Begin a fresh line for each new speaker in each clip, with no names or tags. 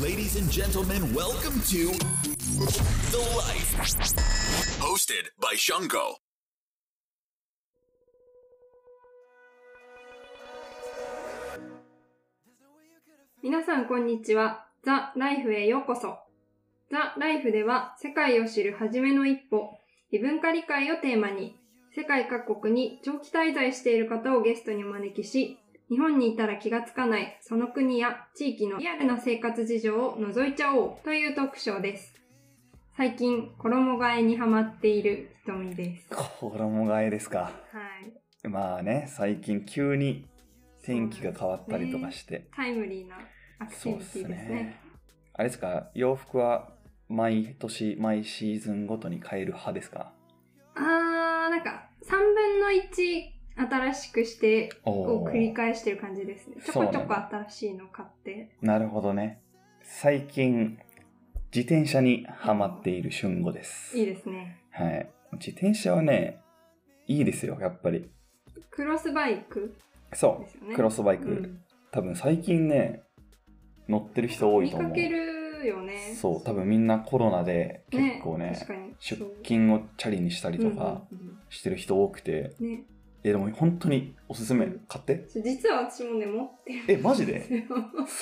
Ladies and gentlemen, welcome to The Life. Hosted by Shungo.
皆さんこんにちは。ザ・ライフへようこそ。ザ・ライフでは世界を知る初めの一歩、異文化理解をテーマに、世界各国に長期滞在している方をゲストにお招きし、日本にいたら気がつかないその国や地域のリアルな生活事情を覗いちゃおうという特賞です。最近、衣替えにハマっている瞳です。は
衣替えですか。
い。
まあね、最近急に天気が変わったりとかして。
タイムリーなアクティ
そう
ビ
で
テ
す
ィですね
ね。。あれですか、洋服は毎年、毎シーズンごとに変える派ですか
あー、なんか、3分の1新しくして、
お
を繰り
ー
返してる感じですね。ちょ
そう
こ
な
ちょ
ん
こ
だ
新しいの買って。
なるほどね。最近、自転車にハマっている春吾です。
いいですね。
はい。自転車はね、いいですよ、やっぱり。
クロスバイク
そ
ですよ
う、
ね。
クロスバイク。
うん
多分最近ね、乗ってる人多い
見
と思
か
う。
けるよね。
そう、多分みんなコロナで結構ね、
確かに
出勤をチャリにしたりとか
そううん
してる人多くて、
うんうんね、
え、でも本当におすすめ、買って。
そう実は私もね、持ってるん
え、マジ
で
で す
よ。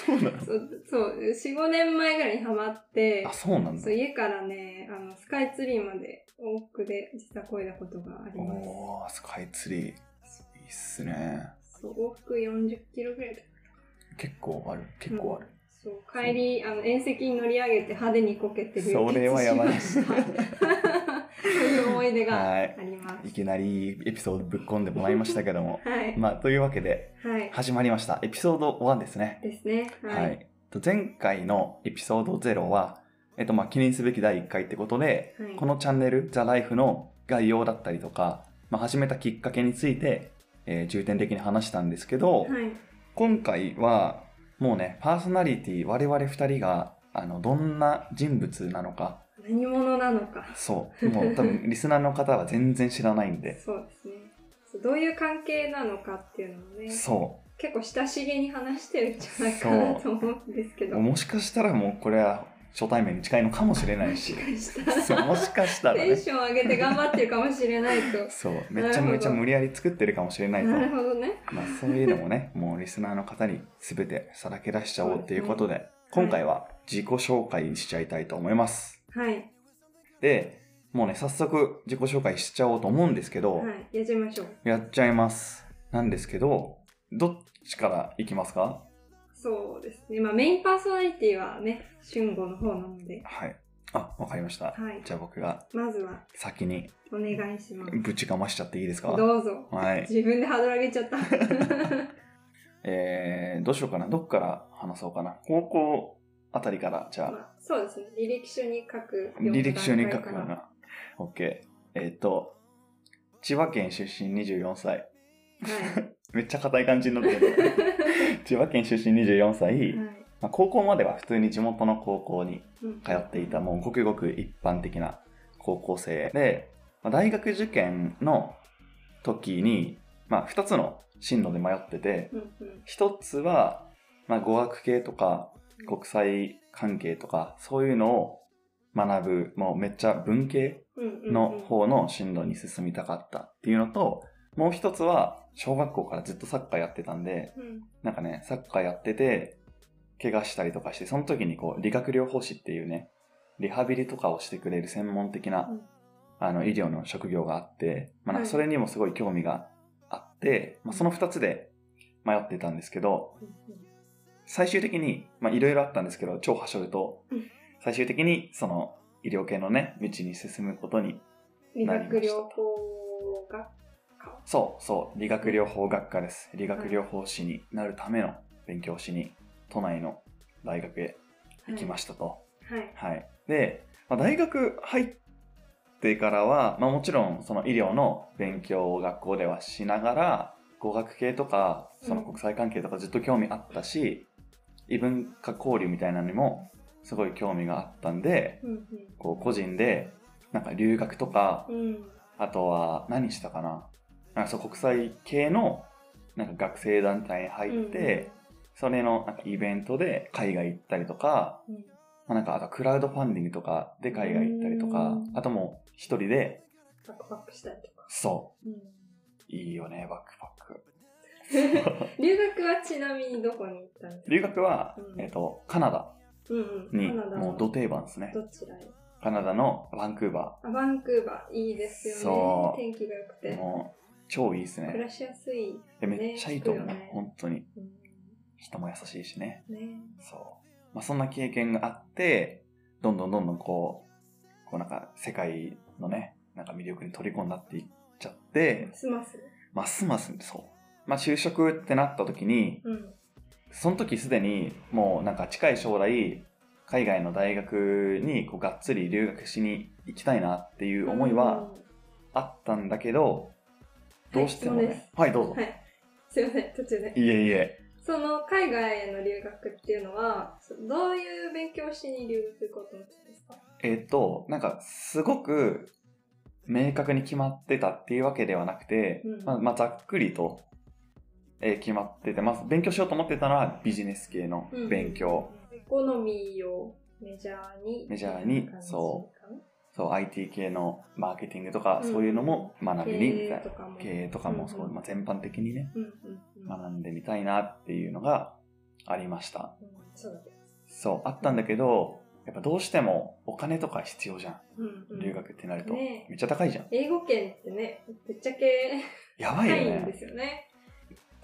そうなの
そう、そう4、5年前ぐらいにハマって
あ、、そうなんだ
そう。家からね、あのスカイツリーまで往復で実は越えたことがあります。
おー、スカイツリー。いいっすね。
そう往復40キロぐらいだ
結構ある、結構ある。
そう帰りあの縁石に乗り上げて派手にこけて流血
それはやばい
しましたそういう思い出があ
はい。
ります
いきなりエピソードぶっ込んでもらいましたけども。
はい
まあ、というわけで、
はい
始まりました。エピソード1ですね。
ですねはい、
はい。と前回のエピソード0は、えっと、まあ、記念すべき第1回ってことで、
はい
このチャンネル、ザ・ライフの概要だったりとか、まあ、始めたきっかけについて、えー重点的に話したんですけど、
はい
今回は、もうね、パーソナリティ、我々2人が、あの、どんな人物なのか、
何者なのか
そう、もう多分、リスナーの方は全然知らないんで、
そうですねそうどういう関係なのかっていうのをね
そ
結構親しげに話してるんじゃないかな
そ
と思うんですけ
う、
ど
もしかしたらもうこれは初対面に近いのかもしれないし
も、しかし
そ
たら
う、もしかしたら
テン
ね。
ション上げて頑張ってるかもしれないと
そう、めちゃめちゃ無理やり作ってるかもしれないと。
なるほどね
まあそういうのもね、 もうリスナーの方に全てさらけ出しちゃおうということで、今回は自己紹介しちゃいたいと思います。
はい
で、もうね、早速自己紹介しちゃおうと思うんですけど、
はいやっちゃいましょう
やっちゃいます。なんですけど、どっちからいきますか
そうですね。まあメインパーソナリティはね、春吾の方なので、
はい。あ、わかりました。
はい
じゃあ僕が
まずは
先に
お願いします。
ぶちかましちゃっていいですか
どうぞ。
はい。
自分でハードル上げちゃった。
えー、どうしようかな。どっから話そうかな。高校あたりから、じゃあ。
まあ、そうですね。履歴書に書く。
履歴書に書く
よ
よ
うな
うな。OK。えっ、と、千葉県出身24歳。
はい。
めっちゃ硬い感じになって る。千葉県出身24歳、
はい
まあ、高校までは普通に地元の高校に
うん
通っていた、もうごくごく一般的な高校生で、まあ、大学受験の時に、まあ、2つの進路で迷ってて、
うんうん
1つは、まあ、語学系とか国際関係とか、そういうのを学ぶ、もうめっちゃ文系
うんうん
の方の進路に進みたかったっていうのと、もう一つは、小学校からずっとサッカーやってたんで、
うん
なんかね、サッカーやってて、怪我したりとかして、その時にこう、理学療法士っていうね、リハビリとかをしてくれる専門的な、
うん
あの、医療の職業があって、まあ、なん
はい
かそれにもすごい興味があって、まあ、その二つで迷ってたんですけど、最終的に、まあ、いろいろあったんですけど、超はしょると
うん、
最終的に、その、医療系のね、道に進むことに
理
なり
学
ました
療法が、
そうそう、理学療法学科です。理学療法士になるための勉強しに、都内の大学へ行きましたと。
た。はい。
はい。で、まあ、大学入ってからは、まあ、もちろんその医療の勉強を学校ではしながら、語学系とか、その国際関係とかずっと興味あったし、異文化交流みたいなのにもすごい興味があったんで、
うん
こう個人で、なんか留学とか、
うん。うん。
あとは何したかななんかそう国際系のなんか学生団体に入って、それのなんかイベントで海外行ったりとか、
うん
まあ、なんかあとクラウドファンディングとかで海外行ったりと
う
か
ん、
あともう一人で、
バックパックしたりとか。
そ
うん
う、いいよね、バックパック。
留学はちなみにどこに行ったんですか
留学は、
うん
えっ、と、カナダ
うんうん。
に、
カナダの
もうど定番ですね。
どちらへ
カナダのバンクーバ
あ、バンクーバー、いいですよね。
そう
天気が良く
ー、
て。
もう、超いいです
暮
ね。
らしやすい。
でめっちゃいいと思う、
ね聞くよね
本当に。
うん
人も優しいしね。
ね、
そう。まあ、そんな経験があって、どんどんどんどんこう、こうなんか世界のね、なんか魅力に取り込んだっていっちゃって、
ますます。
ますますそう。まあ、就職ってなった時に、
うん。
その時すでにもうなんか近い将来、海外の大学にこうがっつり留学しに行きたいなっていう思いはあったんだけど、どうしてもね。はい、どう
うん。
ぞ。
はい。すいません、途中で。
いえいえ。
その海外への留学っていうのは、そどういう勉強しに留学行こうと思ってたんですか
えっ、と、なんか、すごく、明確に決まってたっていうわけではなくて、
うん
まあ、まあざっくりと、えー決まってて、まず、勉強しようと思ってたのは、ビジネス系の勉強、。
エコノミーをメジャーに。
メジャーにそうそう IT 系のマーケティングとか、
うん
そういうのも学びにみ
経営
たい
と
な
かも。
経営とかもそう、
うん
まあ、全般的にね
うんうんうん。
学んでみたいなっていうのがありました
うんそうだね。
そうあったんだけどやっぱどうしてもお金とか必要じゃ
うんうん
ん留学ってなると、
ね
めっちゃ高いじゃん
英語圏ってね、ぶっちゃけ
やばい
高
よね
いんですよね。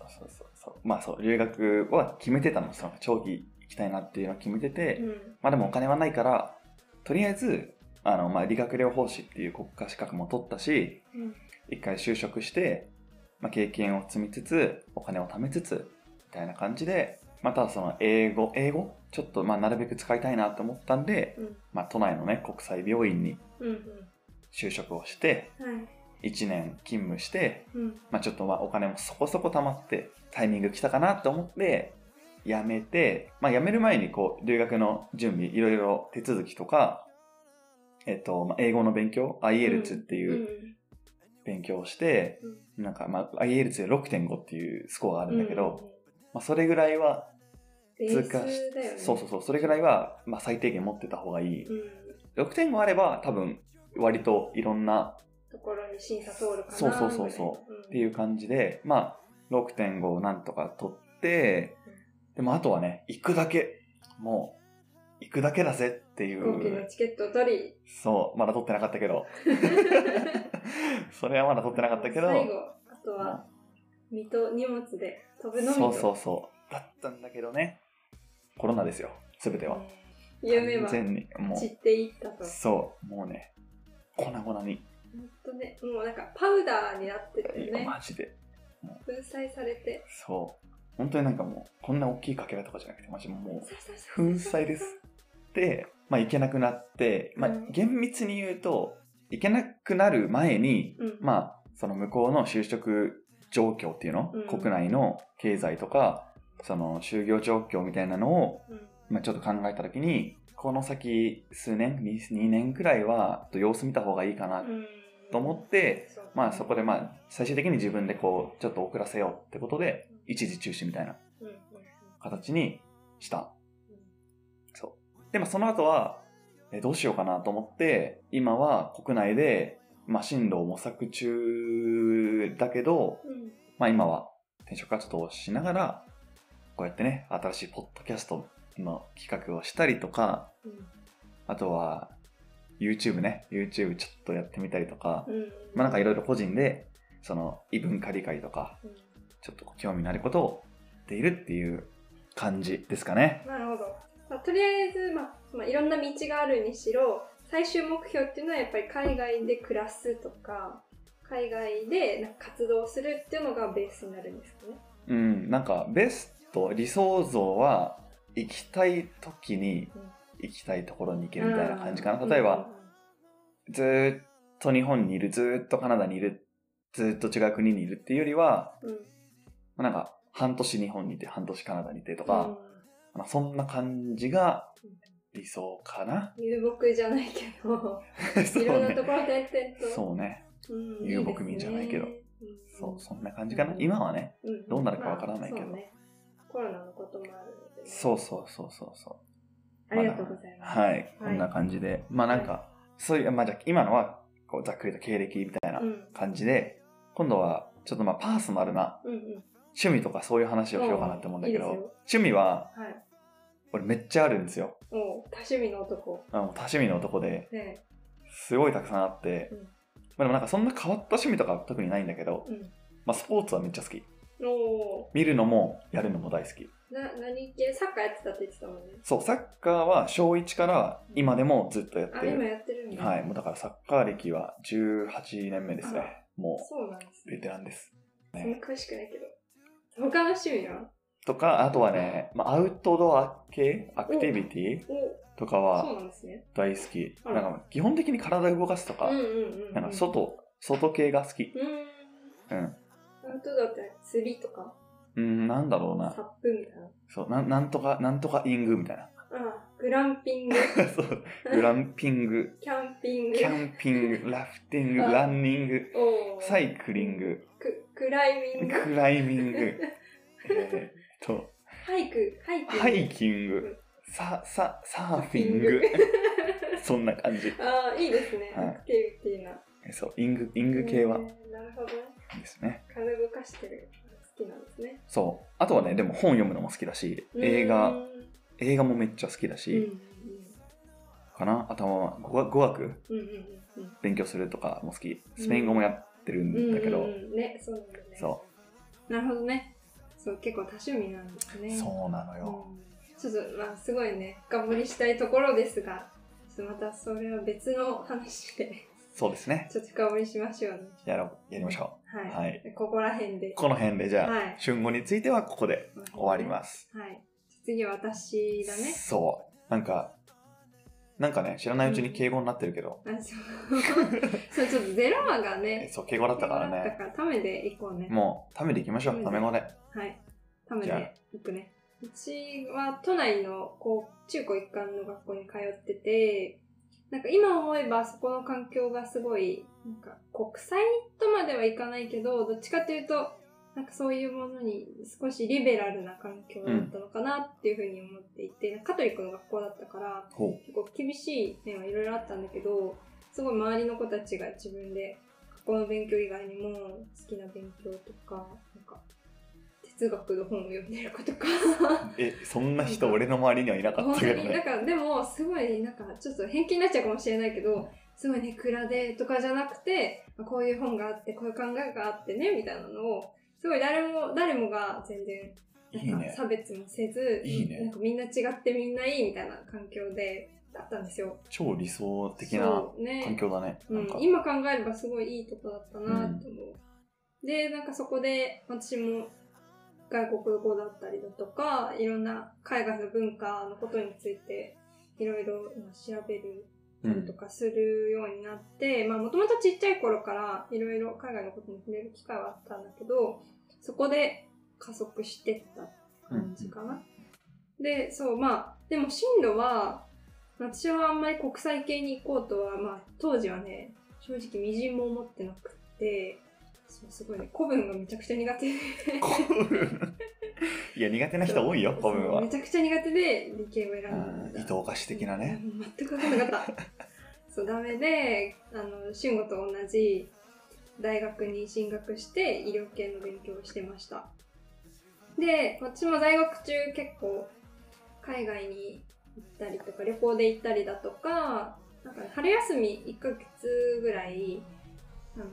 そうそうそう。まあそう、留学は決めてたの。その長期行きたいなっていうのを決めてて、
うん
まあでもお金はないから、とりあえず、あの、まあ理学療法士っていう国家資格も取ったし、
うん
一回就職して、まあ経験を積みつつ、お金を貯めつつ、みたいな感じで、またその英語、英語ちょっとまあなるべく使いたいなと思ったんで、
うん
まあ都内のね、国際病院に
うん
就職をして、
うん。はい。
1年勤務して、
うん。
まあ、ちょっとまあお金もそこそこ貯まってタイミング来たかなと思って辞めて、まあ、辞める前にこう留学の準備いろいろ手続きとか、えっとまあ、英語の勉強 IELTS って
う。
いうん勉強をして、なんかまあ IELTS で6.5っていうスコアがあるんだけど、まあ、それぐらいは
うん、ベー
通
ス
過し
だよね。
そうそうそうそれぐらいはまあ最低限持ってた方がいい
うん。
6.5あれば多分割といろんな
ところに審査通るかな。
そうそうそうそ
ぐらい
っていう感じで、まあ、6.5をなんとか取って、でもあとはね、行くだけ、もう、行くだけだぜってい
うん。飛行機の
う、
チケットを取り。
そう、まだ取ってなかったけど、 それはまだ取ってなかったけど、
最後、あと
も
は、身と荷物で飛ぶ
う
のみ
そう
と。
そうそう、だったんだけどね、コロナですよ、すべては。
夢は
完全に、も
散
う、
っていったと。
そう、もうね、粉々に、
ほんとね、もうなんかパウダーになっててね、
マジで、
粉砕されて。
そう、本当になんかもう、こんな大きいかけらとかじゃなくて、マジもう、粉
粉
砕です。で、まあ、行けなくなって、まあ
うん、
厳密に言うと行けなくなる前に、
うん。
まあ、その向こうの就職状況っていうの、
うん
国内の経済とかその就業状況みたいなのを、
うん
まあ、ちょっと考えた時にこの先数年 2, 年くらいはちょっと様子見た方がいいかな
うん
と思って、
う
まあ、そこでまあ最終的に自分でこうちょっと遅らせようってことで一時中止みたいな
うんうん
形にした
うん
でもその後は、えどうしようかなと思って、今は国内で、まあ、進路を模索中だけど、
うん
まあ、今は転職活動をしながら、こうやってね、新しいポッドキャストの企画をしたりとか、
うん
あとは、YouTube ね、YouTube ちょっとやってみたりとか、
うん
まあ、なんかいろいろ個人で、その、異文化理解とか、
うん
ちょっと興味のあることをやっているっていう感じですかね。
なるほど、まあ、とりあえず、まあまあ、いろんな道があるにしろ最終目標っていうのはやっぱり海外で暮らすとか海外でなんか活動するっていうのがベースになるんですかね。
うん、なんかベスト理想像は行きたい時に
うん
行きたいところに行けるみたいな感じかな、
うん
例えば、ずーっと日本にいるずーっとカナダにいるずーっと違う国にいるっていうよりは
うんうん
まあなんか半年日本にいて半年カナダにいてとか、まあそんな感じが理想かな、
うん遊牧じゃないけど
そう
いろんな
ね
ところ転々と
そうね
うん
遊牧民じゃないけど
いいですね
そうそんな感じかな、
うん
今はね
うんうん
どうなるかわからないけど
まあそうねコロナのこともあるので、ね。
そうそうそうそうそう。
ありがとうございます。
はい、こんな感じで。まあなんか、そういう、まあじゃあ今のは、こう、ざっくりと経歴みたいな
うん。
感じで、今度は、ちょっとまあパーソナルな
うんうん。
趣味とかそういう話をしようかなって思うんだけど、
おーいいですよ
趣味は、
はい。
俺めっちゃあるんですよ。
もう、多趣味の男。
あの多趣味の男で、
ね
すごいたくさんあって、
うん
まあでもなんかそんな変わった趣味とかは特にないんだけど、
う
まあスポーツはめっちゃ好き。
ん。お
見るのもやるのも大好き。
ーな、何系サッカーやってたって言ってたもんね。
そう、サッカーは小1から今でもずっとやって
あ、今
る。
やってるんだ。
はい、もうだからサッカー歴は18年目ですね。も
そうなんです
う、ベ
ね。
テランです。
そんな詳しくないけど。他の趣味は
とか、あとはね、まあ、アウトドア系、アクティビテ
お、
ィと
そ
か
う
は
なんですね。
大好き。
あら
なんか基本的に体を動かすと
うん、
か
うんうん。
なんか。外、外系が好き。
うん。
うん。
アウトドアって釣りとか、
うん、なんだろう
サ
な。
ップみたいな。
そう、なんなんとか、なんとかイングみたいな。
あ、グランピング、
そう、グランピング、
キャンピング
キ、ャンピン グ、ラフティング、
あ
ランニング、
おー
サイクリング、
ク、クライミング、
クライミ ング、えーっと、
ハイク、ハイク。
ハイキング、さ、さ、サーフィン
サー
グ
フ。
そんな感じ。
ああ、いいですね。
はい
アクティビティな。
そう、イング、イング系は
えーなるほどね。
ですね。
体動かしてる。好きなんですね。
そう。あとはね、でも本読むのも好きだし、映
う
画、
ん。
映画もめっちゃ好きだ
うんうん
し、かな。あとは語学語学
うんうんうんうん
勉強するとかも好き。スペイン語もやってる
うん
んだけ
う
ど
ん、うんね、そうなんだね。
そ
なるほどね。そう、結構多趣味なんです
う。
ね。
そうなのよ。
うんちょっと、まあ、すごいね、頑張りしたいところですが、ちょっとまたそれは別の話で、
そうですね。
ちょっと深掘りしましょうね。
やろう、やりましょ
はい。
はい
ここら辺で
う。。この辺でじゃあ、
はい
春語についてはここで終わり
ま
ます。
す。はい。次は私だね。
そう。なんか、なんかね、知らないうちに敬語になってるけど、
あ、そう。そう、 ちょっとゼロ話がね、
そう、敬語だったから
だ
ね、
から、ためでいこうね。
もう、ためでいきましょう。ため語で。
はい。ため
じゃあ
でいくね。うちは都内のこう中高一貫の学校に通ってて、なんか今思えばそこの環境がすごい、なんか国際とまではいかないけど、どっちかというと、なんかそういうものに少しリベラルな環境だったのかなっていうふうに思っていて、カトリックの学校だったから、
ほう。
結構厳しい面はいろいろあったんだけどすごい周りの子たちが自分で学校の勉強以外にも好きな勉強とかなんか哲学の本を読んでる子と か
え、そんな人俺の周りにはいなかっ
本
た
当
けど
になん
ね。
かでもすごいなんかちょっと偏見になっちゃうかもしれないけどすごいね蔵でとかじゃなくてこういう本があってこういう考えがあってねみたいなのをすごい誰も誰もが全然
いい
なんか
ね。
差別もせず
いいね
なんかみんな違ってみんないいみたいな環境でだったんですよ。
超理想的な
そうね
環境だね。
う
なんんか、
今考えればすごいいいとこだったなって思う、でなんかそこで私も外国語だったりだとかいろんな海外の文化のことについていろいろ今調べる
う
と
ん、
かするようになってまあもともとちっちゃい頃からいろいろ海外のことに触れる機会はあったんだけどそこで加速してった感じかな。でそうまあでも進路は私はあんまり国際系に行こうとは、まあ、当時はね正直みじんも思ってなくってそうすごいね古文がめちゃくちゃ苦手で
古文いや、苦手な人多いよ、古文
そう
は
め。ちゃくちゃ苦手で理系を選んだ
うん伊藤菓子的なね。
うん全く分かんなかった そうダメであの慎吾と同じ大学に進学して医療系の勉強をしてましたで私も在学中結構海外に行ったりとか旅行で行ったりだとかなんかね春休み1ヶ月ぐらいあの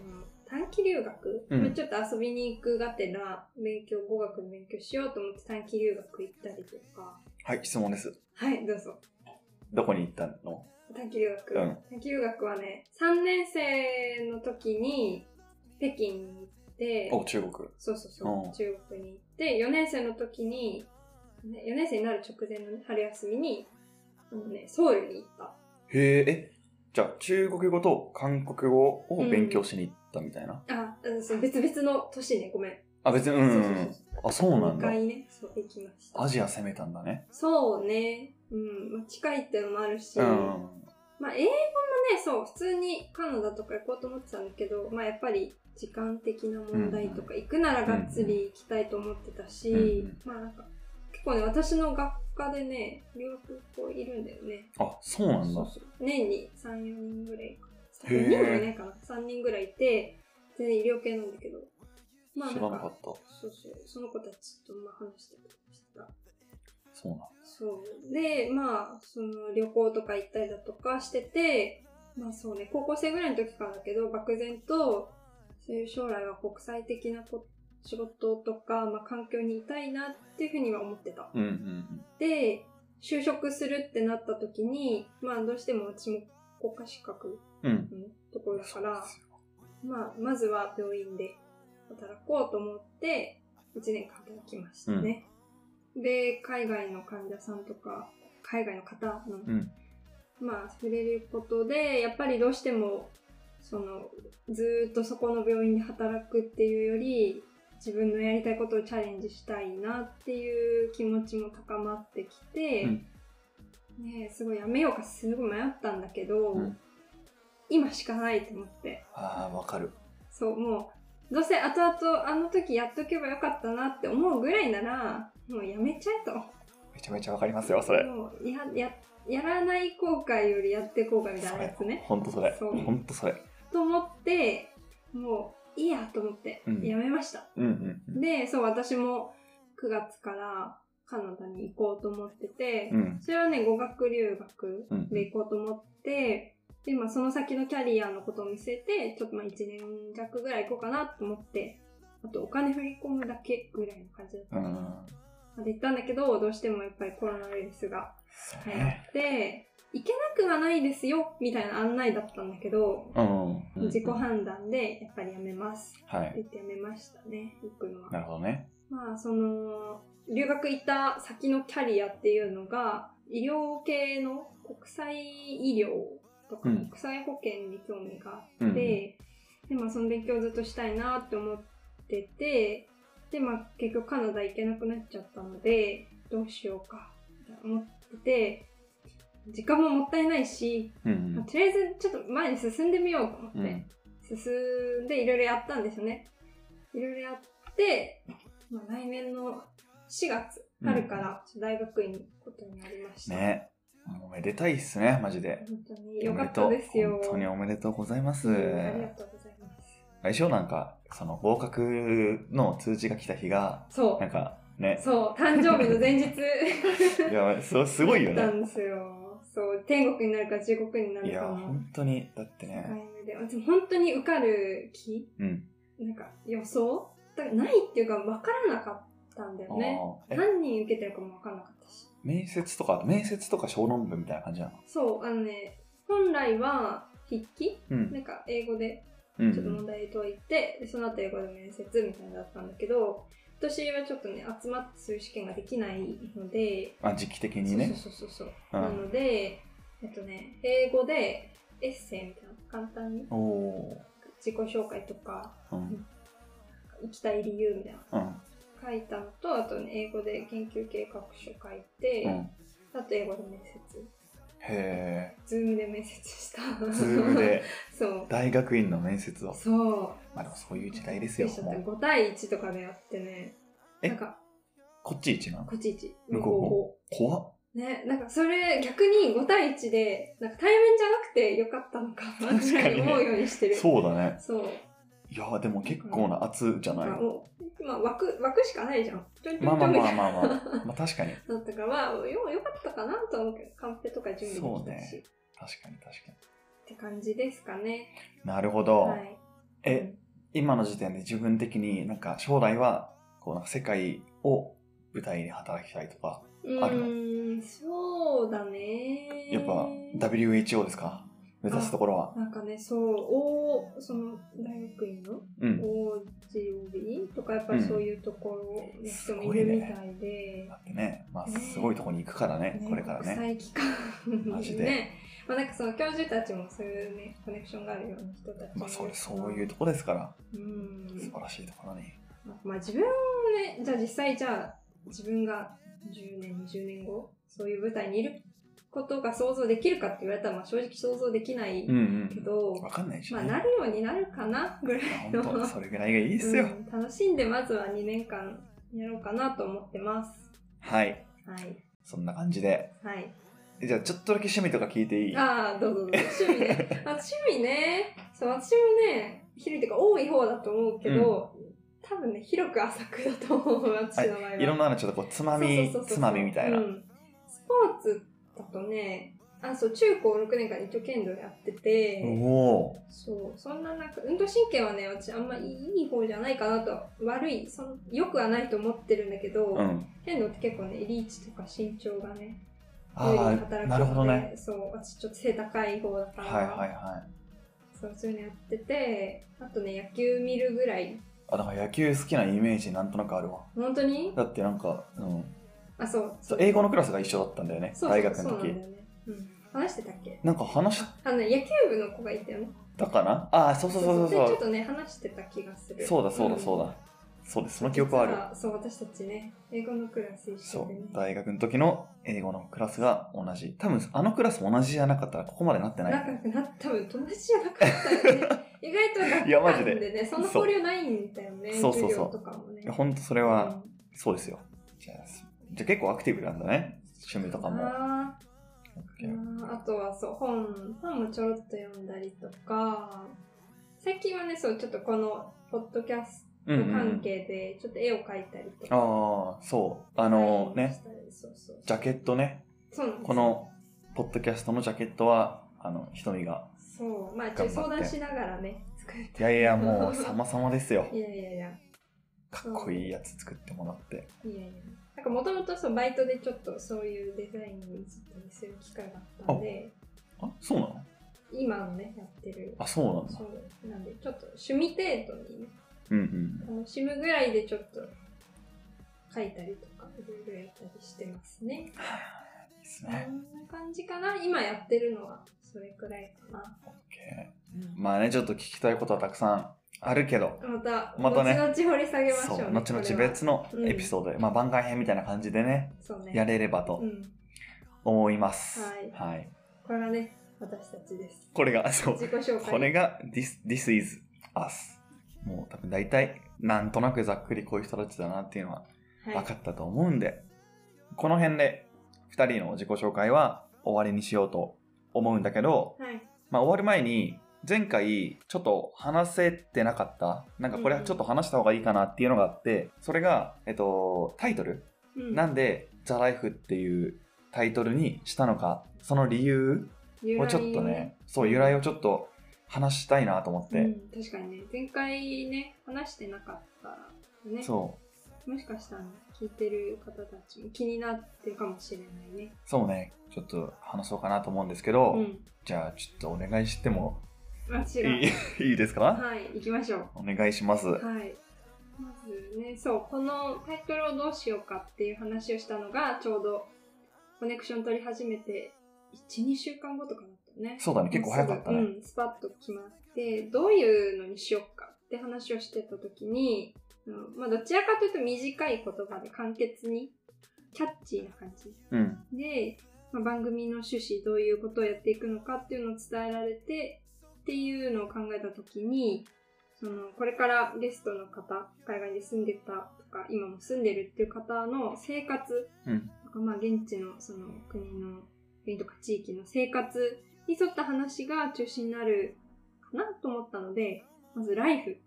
短期留学、
うん
ちょっと遊びに行くがてら勉強語学の勉強しようと思って短期留学行ったりとか
はい、質問です。
はいどうぞ
どこに行ったの
短期留学、
うん
短期留学はね3年生の時に北京に行って
お、中国。
そうそうそう、
うん
中国に行って4年生の時に4年生になる直前の、ね、春休みにあの、ね、ソウルに行った
へえ、え、じゃあ中国語と韓国語を勉強しに行ったみたいな。
あうんそう別々の年ねごめん、
あ、別に、うんうんう。
そうそうん
あ、そうなん
2
だ。
回ねそう行きました
アジア攻めたんだね。
そうねうん、まあ、近いってのもあるし、
うん。
まあ、英語もね、そう、普通にカナダとか行こうと思ってたんだけど、まあ、やっぱり時間的な問題とか、行くならがっつり行きたいと思ってたし、
うんうん
まあ、なんか、構ね、私の学科でね、留学校いるんだよね。
あ、そうなん
そ
だ
う。そう年に3、4人ぐらいか。
へー
4人もいないかな。3人ぐらいいて、全然医療系なんだけど。まあ
知
なん
らなか
か、
った。
そうそう、その子たちとまあ話してたりした。
そうなんだ。
そう。で、まあ、その旅行とか行ったりだとかしてて、まあそうね、高校生ぐらいの時からだけど、漠然と、そういう将来は国際的なこ仕事とか、まあ環境にいたいなっていうふうには思ってた。
うんうんうん。
で、就職するってなった時に、まあどうしても私も国家資格
うん。
のところだから、まあまずは病院で働こうと思って、1年間働きましたね。で、海外の患者さんとか、海外の方の、
うん
まあ触れることで、やっぱりどうしても、その、ずーっとそこの病院で働くっていうより、自分のやりたいことをチャレンジしたいなっていう気持ちも高まってきて、
うん
ねえすごいやめようかすごい迷ったんだけど、
うん
今しかないと思って
ああ、わかる。
そうもうどうせ後々あの時やっとけばよかったなって思うぐらいならもうやめちゃえと
めちゃめちゃわかりますよ、それ。
もうやややらない後悔よりやって後悔みたいなやつね
ほんとそれ。
そう
ほんとそれ。
と思ってもういいやと思って
うん
やめました、
うんうんうん。
でそう私も9月からカナダに行こうと思ってて、
うん。
それはね語学留学
うん
で行こうと思って、で、まあその先のキャリアのことを見据えて、ちょっとまあ1年弱ぐらい行こうかなと思って、あとお金振り込むだけぐらいの感じだった。
うん。
まで行ったんだけど、どうしてもやっぱりコロナウイルスが
そう
流行
ね。
って、行けなくはないですよ、みたいな案内だったんだけど、
うん。うん
自己判断でやっぱりやめます。
は
って
い。
言ってやめましたね、行くのは。
なるほどね。
まあその留学行った先のキャリアっていうのが医療系の国際医療とか
うん
国際保険に興味が
う
あ
んう
っ
ん
て、でまあ、その勉強をずっとしたいなって思っててで、まあ、結局カナダ行けなくなっちゃったのでどうしようかって思ってて時間ももったいないし、
う
まあ
ん
とりあえずちょっと前に進んでみようと思って。
うん。うん。
進んでいろいろやったんですよね。いろいろやって、まあ、来年の4月、春から大学院に行くことになりました。
ね。もうめでたいっすね、マジで。
本当に良かった
おめ
で
とう
すよ。
本当におめでとうございます。
うんありがとうございます。
相性なんか、その合格の通知が来た日が、
そ
なんかね
う、、そう、誕生日の前 日
いや、そうすごいよ
だった
ね。
んですよ。そう、天国になるか地獄にないる
や、
かの
本当に、だって
境
ね、
目で、でも本当に受かる気、
うん
なんか予想だからないっていうか分からなかったんだよね。
あーえ
何人受けてるかも分からなかったし。
面接とか、面接とか小論文みたいな感じなの
そう、あのね、本来は筆記
うん。
なんか英語で
うん
ちょっと問題解いて、でその後英語で面接みたいなのだったんだけど、私はちょっとね、集まってする試験ができないので、
あ、時期的にね。
そうそうそうそう、
うん
なので、えっとね、英語でエッセイみたいな、簡単に
おお
自己紹介とか、
ー。うん。
行きたい理由みたいな
うん。
の書いたのと、あとね、英語で研究計画書書いて、
うん。
あと英語で面接、
へえ。
ズームで面接した。
ズーム。で
そう。
大学院の面接を。
そう。
まあでもそういう時代ですよ。もう
5対1とかでやってね。
え
なんか、
こっち一なの
こっち1、
向
向
こう
こ
怖っ。
う5。ね、なんかそれ逆に5対1で、なんか対面じゃなくてよかったのか、
かにね
確かに思うようにしてる。
そうだね。
そう。
いや、でも結構な圧じゃない
まあ、もう、まあ枠、枠しかないじゃん。ちょんちょんちょ
まあ
ん
まあ
み
ま
た
あ
い
まあまあ。まあ確かに。
なだったから、まあ、ようよかったかなとは思うけど、カンペとか準備できたし、
そう確かに確か
って感じですかね。
に。なるほど。
はい。
え、今の時点で自分的になんか将来は、こうなんか世界を舞台に働きたいとか、
うん、う
ある
ーん、そうだね。
やっぱ WHO ですか目指すところは。
なんかね、そう、おその大学院の
うん。
OGOB とかやっぱりそういうところの人もいるみたいで、
だってね、まあ
ね
すごいとこに行くからね、
ね
これからね。
国際機関に
マジで
ね、まあ、なんかその教授たちもそういうね、コネクションがあるような人たち
まあそれ、そういううとこですから、
ん
素晴らしいところに。
まあ自分をね、じゃあ実際じゃあ自分が10年、20年後、そういう舞台にいることが想像できるかって言われたら、まあ正直想像できない
うん
け
う
ど、
ん。わかんないし
まあ
ね。
なるようになるかなぐらい
まあ本当それぐらいがいいっすよ。
うん楽しんでまずは2年間やろうかなと思ってます。
はい。
はい。
そんな感じで。
はい。
じゃあ、ちょっとだけ趣味とか聞いてい い
ああ、どうぞどうぞ。趣味 ね。あ趣味ね。そう、私もね、広いっていうか多い方だと思うけど、多分ね、広く浅くだと思う、私の場合は。
いろんなのちょっとこう、つまみ
そうそうそう、そう
つまみみたいな。
う
うん
んスポーツだとね、あ、そう、中高6年間一応剣道やってて、
おー
そう、そんな中、運動神経はね、私あんまいい方じゃないかなと、悪い、その良くはないと思ってるんだけど、
うん。
剣道って結構ね、リーチとか身長がね、有利に
あ
働くの
あ、
で
なるほどね。
そう、私ちょっと背高い方だから、
はいはいはい。
そう、そういうのやってて、あとね、野球見るぐらい、
あ、なんか野球好きなイメージなんとなくあるわ。
本当に
だってなんか、うん。
あ、そう、
そう英語のクラスが一緒だったんだよね。
そうそう
大学の
そうなん
時
だ。よね。うん。話してたっけ
なんか話し
あのね、野球部の子がいたよね。
たかなああ、そうそうそう
でち
そ
ょ
う
っ
そう。
とね、話してた気がする。
そうだそうだ
ん
そうだ。そうです、その記憶はある
実。はそう、私たちね、英語のクラス一
そ
緒
う
でね。。
大学の時の英語のクラスが同じ。多分、あのクラス同じじゃなかったらここまでなってない。
仲良くなった、多分友達じゃなかったよね。 意外と学
いやマジで
なんでね、そんな交流ないんだよね。
そうそうそう
授業とかもね。
いやほんとそれは、そうですよ。じゃあ、じゃあ結構アクティブなんだね。趣味とか
うん
も。
あーあーあとはそう、本、本もちょろっと読んだりとか、最近はね、そう、ちょっとこの、ポッドキャス
う
ト
んうんう
関
ん。
係で、ちょっと絵を描いたりとか。
ああ、そう。あのね、
そうそう
ジャケットね。
そうなんですよ
この、ポッドキャストのジャケットは、あの、瞳が。
そう、まあ、ちょっと相談しながらね、作っ
いやいや、もう、様々ですよ
て。。いやいやいや、
かっこいいやつ作ってもらって。
いやいや。なんかもともとそうバイトでちょっとそういうデザインにちょっとする機会があったんで、
あ、そうなの
今のね、やってる。
あ、そうなんだ。
そうなんで、ちょっと趣味程度にね、
うんうん。
楽しむぐらいでちょっと書いたりとか、いろいろやったりしてますね。
いいです
そん
ね。
な感じかな。今やってるのはそれくらいかな。
OK まあね、ちょっと聞きたいことはたくさんあるけど、
また、
またね
後々掘り下げましょう、
そ
ね。
う、後々別
の。
のエピソードで、まあ番外編みたいな感じでね、
そうね。
やれればと
うん。
思います。
は
はい。
これがね、私たちです。
これが、そう、
自己紹介。
これが This, This is Us。もう多分大体、なんとなくざっくりこういう人たちだなっていうのは
はい
分かったと思うんで、この辺で2人の自己紹介は終わりにしようと思うんだけど、
はい。
まあ、終わる前に前回ちょっと話せてなかったなんかこれはちょっと話した方がいいかなっていうのがあってそれが、えっと、タイトル、
うん
なんで「ザ・ライフ」っていうタイトルにしたのかその理由
由
を
来
ちょっとねそう由来をちょっと話したいなと思っ
う
て、
ん、確かにね前回ね話してなかったね
そう
もしかしたら聞いてる方たちも気になってるかもしれないね
そうねちょっと話そうかなと思うんですけど、
うん
じゃあちょっとお願いしても
あ
い
違う
いいいですか、
はい行きましょう
お願いします、
はいまずねそうこのタイトルをどうしようかっていう話をしたのがちょうどコネクション取り始めて12週間後とかだったね
そうだね結構早かったね、
うん、スパッと決まって、どういうのにしよっかって話をしてた時に、うんまあどちらかというと短い言葉で簡潔に、キャッチーな感じ
うん
で、まあ番組の趣旨、どういうことをやっていくのかっていうのを伝えられて、っていうのを考えた時に、その、これからゲストの方、海外に住んでたとか、今も住んでるっていう方の生活
うん
なんかまあ現地のその国の国とか地域の生活に沿った話が中心になるかなと思ったので、まずライフっ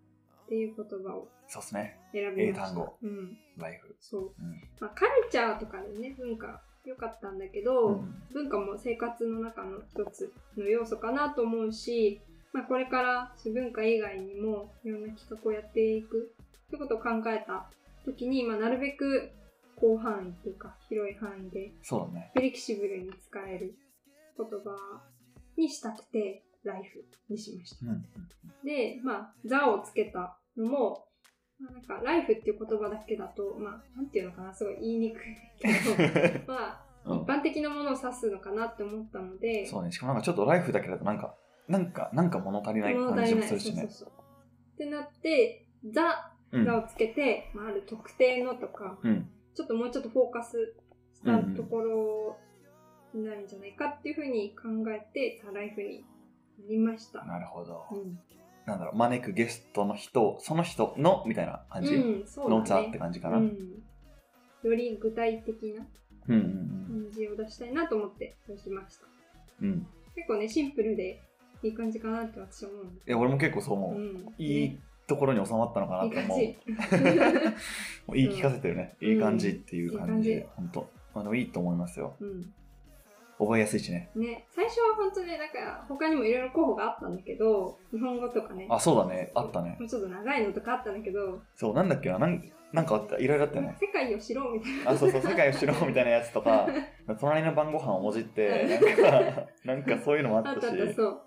ていう言葉を
そうですね
選びました。
英単語
うん。
ライフ、
そう。
うん
まあカルチャーとかでね、文化良かったんだけど、
うん
文化も生活の中の一つの要素かなと思うし、まあ、これから文化以外にもいろんな企画をやっていくということを考えた時に、まあ、なるべく広範囲というか広い範囲で
そうだね
フレキシブルに使える言葉にしたくて、ライフにしました。
うん
で、まあ、座をつけたのも、まあ、なんか、ライフっていう言葉だけだと、まあ、なんていうのかな、すごい言いにくいけ ど、まあ、
うん
一般的なものを指すのかなって思ったので、
そうね、しかもなんかちょっとライフだけだとなんか、なんか、なんか物足りない
物
感
足
じ
り
も
ない。
す
そう
る
そ
し
う
ね。
そう。ってなって、ザ、
うん
座をつけて、まあ、ある特定のとか、
うん。
ちょっともうちょっとフォーカスしたところになるんじゃないかっていうふうに考えて、ライフになりました。
なるほど。
うん、
なんだろう、招くゲストの人、その人の、みたいな感じ
うん、そうだね。
のザって感じかな。
う
うん
ん、より具体的な
うんうん
感じを出したいなと思ってそうしました。
うんうん
結構ね、シンプルでいい感じかなって私は思うんです
いや俺も結構そう
う
思う、
ん、
いい
ね
ところに収まったのかなっ
いい
て
感
思う
じ。
もう言い聞かせてるね、
うん
いい感じっていう感じ
いい感
ほんとあのいいと思いますよ
うん。
覚えやすいしね
ね、最初は本当ね、なんか他にもいろいろ候補があったんだけど、日本語とかね。
あそうだねあったね
もうちょっと長いのとかあったんだけど、
そうなんだっけななんなんかあったいろいろあったよね
世界を知ろうみたい
あそうそう世界を知ろうみたいなやつとか 隣の晩ご飯をもじってなんかなんかそういうのもあ
な。あ
っ
ったたあ
し
った、そう。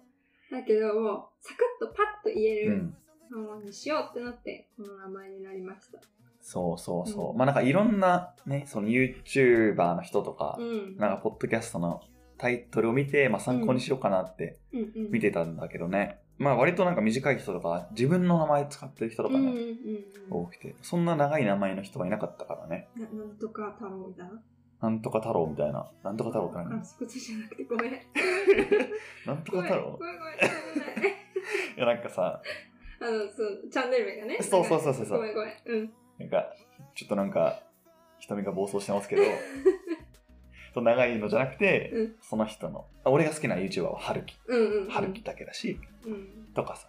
だけど、もう、サクッとパッと言え
う
る
ん、
名前にしようってなって、この名前になりました。
そうそうそう、
うん
まあなんかいろんなねその YouTuber の人とか、
うん。
なんかポッドキャストのタイトルを見て、まあ、参考にしようかなって
うんうん。
見てたんだけどね、まあ割となんか短い人とか自分の名前使ってる人とか
うんうん
ね、
うんうん
多くてそんな長い名前の人はいなかったからね
な。なんとか太郎みたいな。
なんとか太郎みたいななんとか太郎って
あ、
何
そういうことじゃなくてごめん。
なんと
ご
か
めん。ごめん
太郎
ごめん。ごめん。
いやなんかさ
あの、そう、チャンネル名がね。
そうそうそうそうそう
ごめんごめん。うん。
なんかちょっとなんか瞳が暴走してます けどそう長いのじゃなくて、
うん
その人のあ俺が好きな YouTuber は春樹
うんうんうん。
春樹だけだし、
うん。
とかさ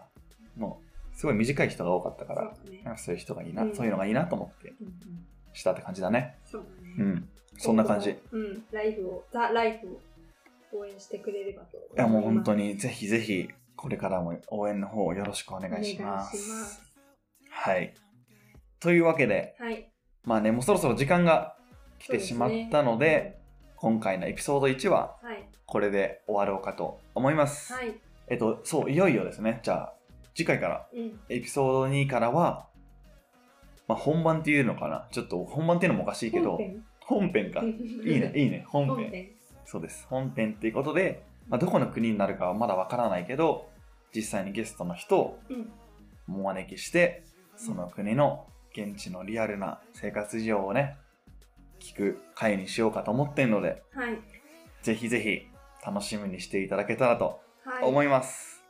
もうすごい短い人が多かった
そ
か
う
ら
だね
なん。かそういう人がいいな、
うん
そういうのがいいなと思って
うんうん
したって感じだね
そうだね。
うんそんな感じい。
うん。ライフを、ザ・ライフを応援してくれればと。い
やもう本当
に。
にぜひぜひこれからも応援の方をよろしくお願いします
お願いします
はいというわけで
はい。
まあねもうそろそろ時間が来
そうで
て
すね
しまったので今回のエピソード1は
はい。
これで終わろうかと思います、
はい。
えっとそういよいよですねじゃあ次回から
うん。
エピソード2からは、まあ、本番っていうのかなちょっと本番っていうのもおかしいけど
本編
本編かいいね。いいね本編
本編。
そうです本編っていうことで、まあ、どこの国になるかはまだわからないけど実際にゲストの人を
うん。
お招きしてその国の現地のリアルな生活事情をね聞く回にしようかと思ってるので
はい。
ぜひぜひ楽しみにしていただけたらと
はい。
思います、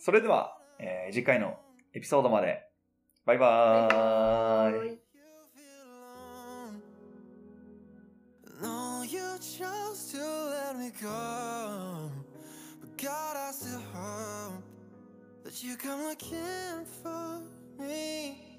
それでは、えー次回のエピソードまでバイ
バイ
バーイ
はい
No, you chose to let me go. But God, I still hope that you come looking for me.